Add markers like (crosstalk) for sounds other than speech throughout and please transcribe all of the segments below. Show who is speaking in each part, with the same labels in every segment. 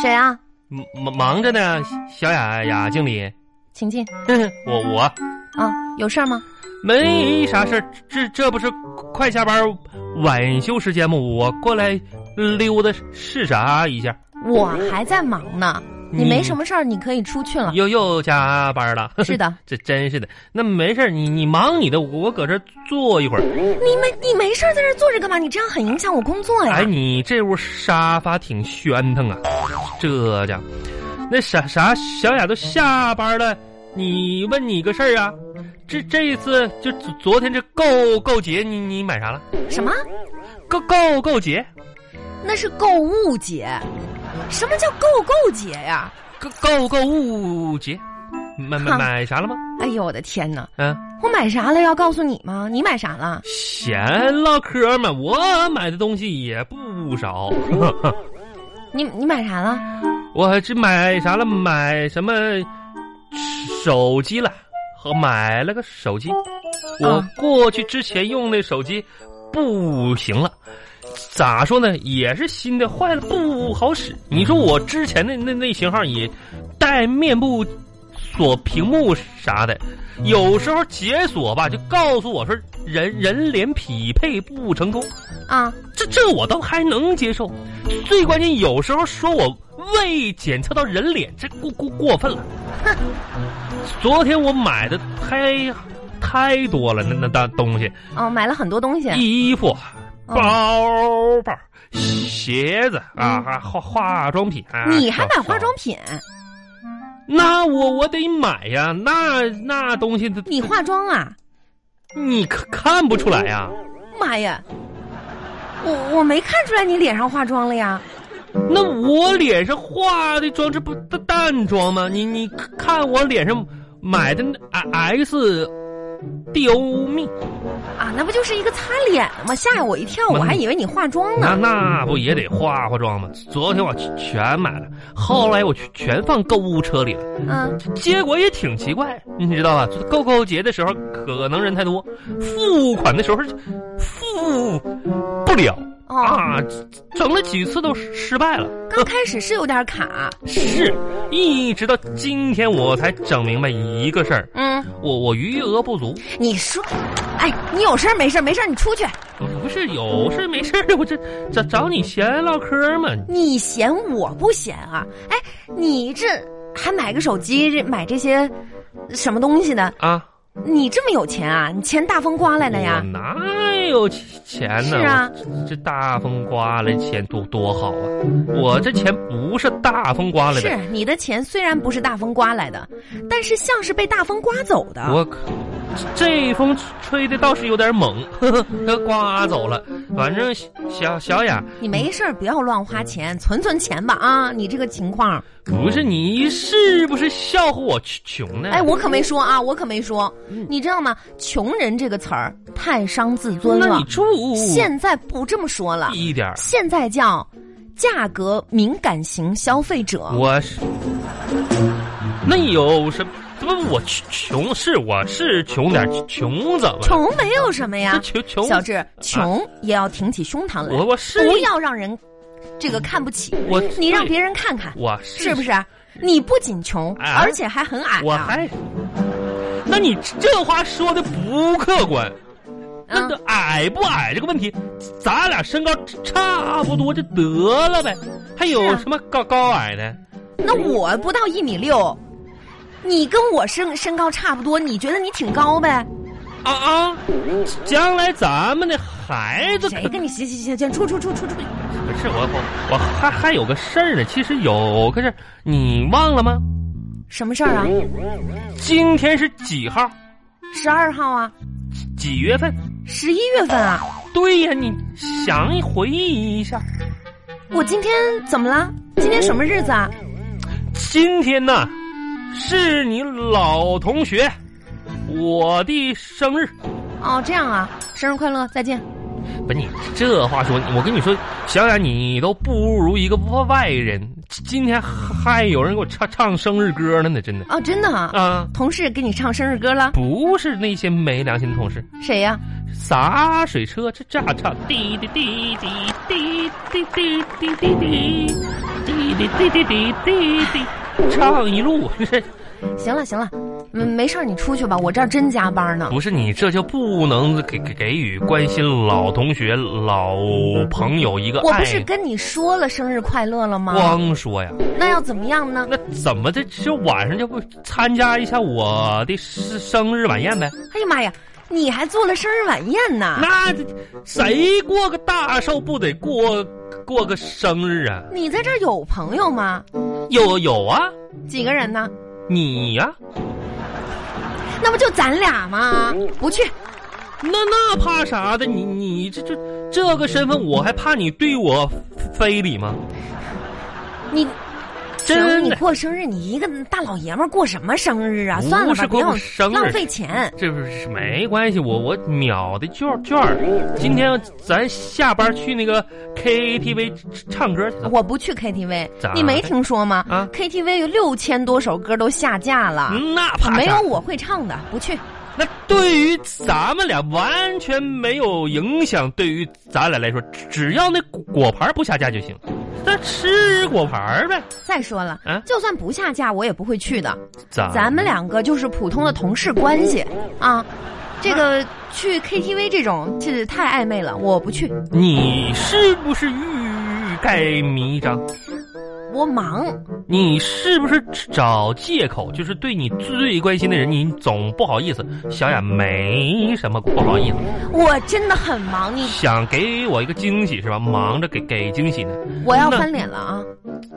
Speaker 1: 谁啊？
Speaker 2: 忙忙着呢，小雅雅经理。 (laughs)
Speaker 1: 请进。
Speaker 2: 我我
Speaker 1: 啊，有事儿吗？
Speaker 2: 没啥事儿，这这不是快下班晚休时间吗？我过来溜达视察一下。
Speaker 1: 我还在忙呢。你
Speaker 2: 你
Speaker 1: 没什么事儿，你可以出去了。
Speaker 2: 又又加班了。 (laughs)
Speaker 1: 是的，
Speaker 2: 这真是的。那没事儿，你你忙你的，我搁这儿坐一会儿。
Speaker 1: 你没你没事儿在这儿坐着干嘛？你这样很影响我工作呀。
Speaker 2: 哎，你这屋沙发挺喧腾啊，这家伙，那啥啥小雅都下班了，你问你个事儿啊？这这一次就昨昨天这购购节，你你买啥了？
Speaker 1: 什么？
Speaker 2: 购购购节，
Speaker 1: 那是购物节。什么叫购购节呀？
Speaker 2: 购购购物节，买买
Speaker 1: 哼
Speaker 2: 买啥了吗？
Speaker 1: 哎呦我的天哪！
Speaker 2: 嗯、
Speaker 1: 我买啥了要告诉你吗？你买啥了？
Speaker 2: 闲唠嗑嘛，我买的东西也不少。 (laughs)
Speaker 1: 你你买啥了？
Speaker 2: 我这买啥了？买什么手机了？和买了个手机。我过去之前用那手机不行了，咋说呢？也是新的，坏了不好使。你说我之前那那那型号也带面部锁屏幕啥的，有时候解锁吧就告诉我说人人脸匹配不成功。
Speaker 1: 啊，
Speaker 2: 这这我倒还能接受，最关键有时候说我未检测到人脸，这过过过分了。
Speaker 1: 哼，
Speaker 2: 昨天我买的太太多了，那那那东西，
Speaker 1: 哦，买了很多东西。
Speaker 2: 衣服、
Speaker 1: 哦
Speaker 2: 包包、鞋子啊，还化化妆品。啊
Speaker 1: 嗯你还买
Speaker 2: 小
Speaker 1: 化妆品？
Speaker 2: 那我我得买呀，那那东西它
Speaker 1: 你化妆啊？
Speaker 2: 你看看不出来啊呀？
Speaker 1: 妈呀！我我没看出来你脸上化妆了呀。
Speaker 2: 那我脸上化的妆，这不淡淡妆吗？你你看我脸上买的那 S D O 蜜，
Speaker 1: 啊，那不就是一个擦脸的吗？吓我一跳，我还以为你化妆
Speaker 2: 那
Speaker 1: 呢。
Speaker 2: 那不也得化化妆吗？昨天我全买了，后来我全全放购物车里了，
Speaker 1: 嗯，
Speaker 2: 结果也挺奇怪，你知道吧？购购节的时候可能人太多，付款的时候付不了
Speaker 1: 哦，
Speaker 2: 啊，整了几次都失败了。
Speaker 1: 刚开始是有点卡。
Speaker 2: 是，一直到今天我才整明白一个事儿，
Speaker 1: 嗯，
Speaker 2: 我我余额不足，
Speaker 1: 你说，哎，你有事儿没事儿？没事儿你出去。
Speaker 2: 不是有事没事儿我这找找你闲唠嗑嘛。
Speaker 1: 你嫌我不嫌啊？哎，你这还买个手机，这买这些什么东西的？
Speaker 2: 啊，
Speaker 1: 你这么有钱啊？你钱大风刮来的
Speaker 2: 我
Speaker 1: 呀？
Speaker 2: 哪有钱呢？
Speaker 1: 是啊
Speaker 2: 我这这大风刮来钱多多好啊！我这钱不是大风刮来
Speaker 1: 是
Speaker 2: 的，
Speaker 1: 你的钱虽然不是大风刮来的，但是像是被大风刮走的。
Speaker 2: 我可这风吹的倒是有点猛，呵呵，它刮走了。反正小小小雅，
Speaker 1: 你没事儿不要乱花钱，存存钱吧啊！你这个情况，
Speaker 2: 不是你是不是笑话我穷呢？
Speaker 1: 哎，我可没说啊，我可没说。
Speaker 2: 嗯
Speaker 1: 你知道吗？穷人这个词儿太伤自尊
Speaker 2: 那
Speaker 1: 了
Speaker 2: 你，住
Speaker 1: 现在不这么说了，
Speaker 2: 一点儿。
Speaker 1: 现在叫价格敏感型消费者。
Speaker 2: 我是，那有什么？这不我穷穷是我是穷点儿穷怎么了？
Speaker 1: 穷没有什么
Speaker 2: 这
Speaker 1: 呀，
Speaker 2: 穷穷啊
Speaker 1: 小志，穷也要挺起胸膛来，
Speaker 2: 我我是
Speaker 1: 不要让人这个看不起，
Speaker 2: 我
Speaker 1: 你让
Speaker 2: 对
Speaker 1: 别人看看，
Speaker 2: 我是
Speaker 1: 是不？是？你不仅穷，
Speaker 2: 哎
Speaker 1: 而且还很矮
Speaker 2: 我
Speaker 1: 啊！
Speaker 2: 还，那你这话说的不客观。那
Speaker 1: 嗯
Speaker 2: 这矮不矮这个问题，咱俩身高差不多就得了呗，还有
Speaker 1: 啊
Speaker 2: 什么高高矮的？
Speaker 1: 那我不到一米六，你跟我身身高差不多，你觉得你挺高呗？
Speaker 2: 啊啊！将来咱们的孩子可
Speaker 1: 谁跟你行行行行，出出出出出！
Speaker 2: 不是我我我还还有个事儿呢，其实有个事儿你忘了吗？
Speaker 1: 什么事儿啊？
Speaker 2: 今天是几号？
Speaker 1: 十二号啊，
Speaker 2: 几月份？
Speaker 1: 十一月份啊，
Speaker 2: 对呀，你想一回忆一下，
Speaker 1: 我今天怎么了？今天什么日子啊？
Speaker 2: 今天呢，是你老同学我的生日。
Speaker 1: 哦，这样啊，生日快乐，再见。
Speaker 2: 不是你这话说，我跟你说，小冉你都不如一个外人。今天还有人给我唱唱生日歌呢呢，真的
Speaker 1: 哦，真的啊，
Speaker 2: 啊，
Speaker 1: 同事给你唱生日歌了？
Speaker 2: 不是那些没良心的同事，
Speaker 1: 谁呀、
Speaker 2: 洒水车这这还唱滴滴滴滴滴滴滴滴滴滴滴滴滴滴滴滴滴，唱一路。这
Speaker 1: 行了行了，嗯，没事儿，你出去吧，我这儿真加班呢。
Speaker 2: 不是你这就不能给给给予关心老同学、老朋友一个
Speaker 1: 我
Speaker 2: 爱
Speaker 1: 不是跟你说了生日快乐了吗？
Speaker 2: 光说呀？
Speaker 1: 那要怎么样呢？
Speaker 2: 那怎么的？就晚上就不参加一下我的生生日晚宴呗？
Speaker 1: 哎呀妈呀，你还做了生日晚宴呢？
Speaker 2: 那谁过个大寿不得过过个生日啊？
Speaker 1: 你在这儿有朋友吗？
Speaker 2: 有有啊，
Speaker 1: 几个人呢？
Speaker 2: 你呀、
Speaker 1: 那不就咱俩吗？不去，
Speaker 2: 那那怕啥的？你你这这这个身份，我还怕你对我非礼吗？
Speaker 1: 你行，
Speaker 2: 真
Speaker 1: 你
Speaker 2: 的，
Speaker 1: 过生日，你一个大老爷们儿过什么生日啊？
Speaker 2: 不
Speaker 1: 算了
Speaker 2: 是
Speaker 1: 吧，别
Speaker 2: 过
Speaker 1: 浪
Speaker 2: 生日
Speaker 1: 浪费钱。
Speaker 2: 这不是没关系，我我秒的券券儿。今天咱下班去那个 KTV 唱歌去了。
Speaker 1: 我不去 KTV，
Speaker 2: 啊咋
Speaker 1: 你没听说吗、
Speaker 2: 啊
Speaker 1: k t v 有六千多首歌都下架了，
Speaker 2: 嗯那怕啥
Speaker 1: 没有我会唱的，不去。
Speaker 2: 那对于咱们俩完全没有影响。对于咱俩来说，只要那果果盘不下架就行。咱吃果盘呗，
Speaker 1: 再说了，
Speaker 2: 啊
Speaker 1: 就算不下架，我也不会去的。
Speaker 2: 咱
Speaker 1: 咱们两个就是普通的同事关系啊。这个
Speaker 2: 啊
Speaker 1: 去 KTV 这种是太暧昧了，我不去，
Speaker 2: 你是不是欲盖弥彰？
Speaker 1: 我忙。
Speaker 2: 你是不是找借口？就是对你最关心的人，你总不好意思。小雅没什么不好意思，
Speaker 1: 我真的很忙，你
Speaker 2: 想给我一个惊喜是吧？忙着给给惊喜呢。
Speaker 1: 我要
Speaker 2: 那
Speaker 1: 翻脸了啊！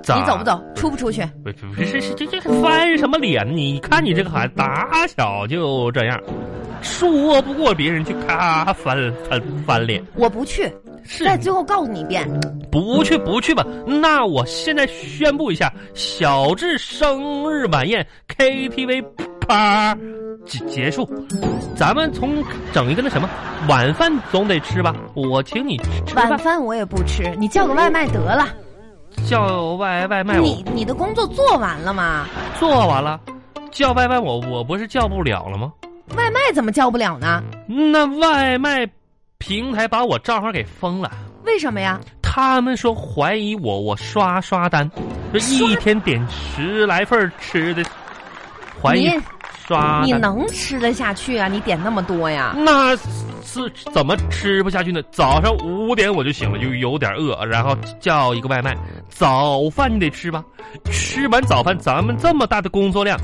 Speaker 2: 咋
Speaker 1: 你走不走？出不出去？
Speaker 2: 不是不是是这这个翻什么脸？你看你这个孩子打小就这样，说不过别人就咔翻翻翻脸。
Speaker 1: 我不去。
Speaker 2: 是
Speaker 1: 再最后告诉你一遍，
Speaker 2: 不去不去吧？那我现在宣布一下，小智生日晚宴 KTV 啪结结束，咱们从整一个那什么晚饭总得吃吧？我请你吃吃
Speaker 1: 晚
Speaker 2: 饭，
Speaker 1: 饭我也不吃，你叫个外卖得了。
Speaker 2: 叫外外卖我
Speaker 1: 你你的工作做完了吗？
Speaker 2: 做完了，叫外卖我我不是叫不了了吗？
Speaker 1: 外卖怎么叫不了呢？
Speaker 2: 那外卖平台把我账号给封了。
Speaker 1: 为什么呀？
Speaker 2: 他们说怀疑我，我刷刷单，这一天点十来份儿吃的，怀疑啊
Speaker 1: 你
Speaker 2: 刷
Speaker 1: 你
Speaker 2: 单。
Speaker 1: 能吃得下去啊？你点那么多呀？
Speaker 2: 那是怎么吃不下去呢？早上五点我就醒了，就有点饿，然后叫一个外卖。早饭你得吃吧，吃完早饭咱们这么大的工作量，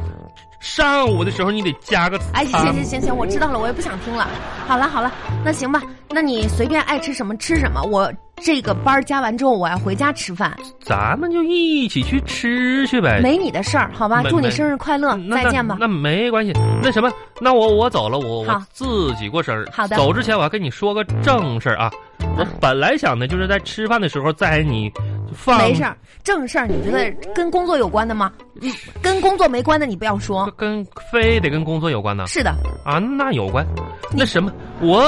Speaker 2: 上午的时候你得加个
Speaker 1: 哎，行
Speaker 2: 餐
Speaker 1: 行行行，我知道了，我也不想听了。好了好了，那行吧，那你随便爱吃什么吃什么。我这个班儿加完之后，我要回家吃饭，
Speaker 2: 咱们就一起去吃去呗。
Speaker 1: 没你的事儿，好吧？
Speaker 2: 哎没
Speaker 1: 祝
Speaker 2: 没
Speaker 1: 你生日快乐，
Speaker 2: 那
Speaker 1: 再见吧。
Speaker 2: 那。那没关系，那什么，那我我走了，我我
Speaker 1: 好
Speaker 2: 自己过生日。
Speaker 1: 好的
Speaker 2: 走之前我要跟你说个正事儿啊。我本来想的就是在吃饭的时候，在你放
Speaker 1: 没事儿，正事儿，你觉得跟工作有关的吗？
Speaker 2: 嗯
Speaker 1: 你跟工作没关的，你不要说。
Speaker 2: 跟非得跟工作有关呢
Speaker 1: 是的，
Speaker 2: 啊？那有关，那什么，我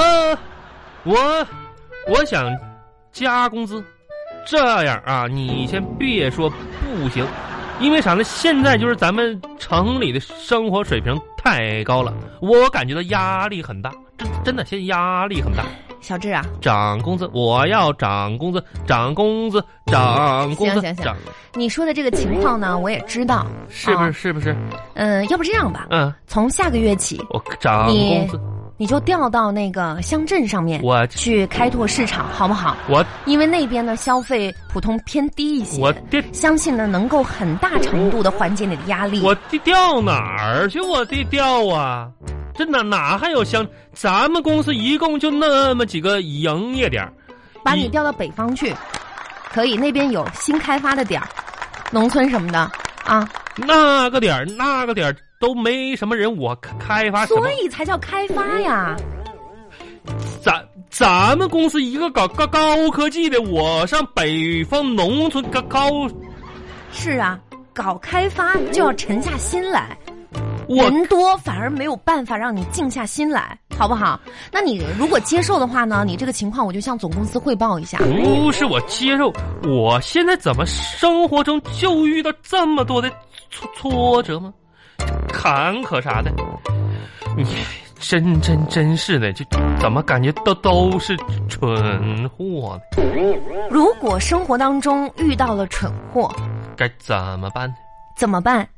Speaker 2: 我我想加工资，这样啊，你先别说不行，因为啥呢？现在就是咱们城里的生活水平太高了，我感觉到压力很大，真真的现在压力很大，
Speaker 1: 小智啊，
Speaker 2: 涨工资，我要涨工资，涨工资，涨工资
Speaker 1: 行行，行
Speaker 2: 涨，
Speaker 1: 你说的这个情况呢，我也知道。
Speaker 2: 是不是？
Speaker 1: 啊
Speaker 2: 是不是？
Speaker 1: 嗯，要不这样吧，
Speaker 2: 嗯，
Speaker 1: 从下个月起，
Speaker 2: 我涨
Speaker 1: 你
Speaker 2: 工资，
Speaker 1: 你就调到那个乡镇上面
Speaker 2: 我
Speaker 1: 去开拓市场，好不好？
Speaker 2: 我
Speaker 1: 因为那边的消费普通偏低一些，
Speaker 2: 我这。
Speaker 1: 相信呢能够很大程度的缓解你的压力。
Speaker 2: 我地调哪儿去？我地调啊！这哪哪还有乡？咱们公司一共就那么几个营业点儿，
Speaker 1: 把你调到北方去，可以，那边有新开发的点儿，农村什么的啊，
Speaker 2: 那个点儿那个点儿都没什么人，我开开发什么
Speaker 1: 所？以才叫开发呀。
Speaker 2: 咱咱们公司一个搞高高科技的，我上北方农村高高，
Speaker 1: 是啊，搞开发就要沉下心来。
Speaker 2: 我
Speaker 1: 人多反而没有办法让你静下心来，好不好？那你如果接受的话呢，你这个情况我就向总公司汇报一下。
Speaker 2: 不是我接受，我现在怎么生活中就遇到这么多的挫挫折吗？坎坷啥的，你真真真是的，就怎么感觉都都是蠢货呢？
Speaker 1: 如果生活当中遇到了蠢货，
Speaker 2: 该怎么办呢？
Speaker 1: 怎么办？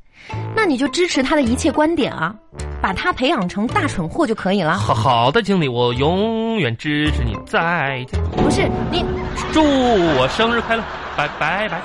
Speaker 1: 那你就支持他的一切观点啊，把他培养成大蠢货就可以了。
Speaker 2: 好好的经理，我永远支持你，再见，
Speaker 1: 不是你，
Speaker 2: 祝我生日快乐，拜拜拜。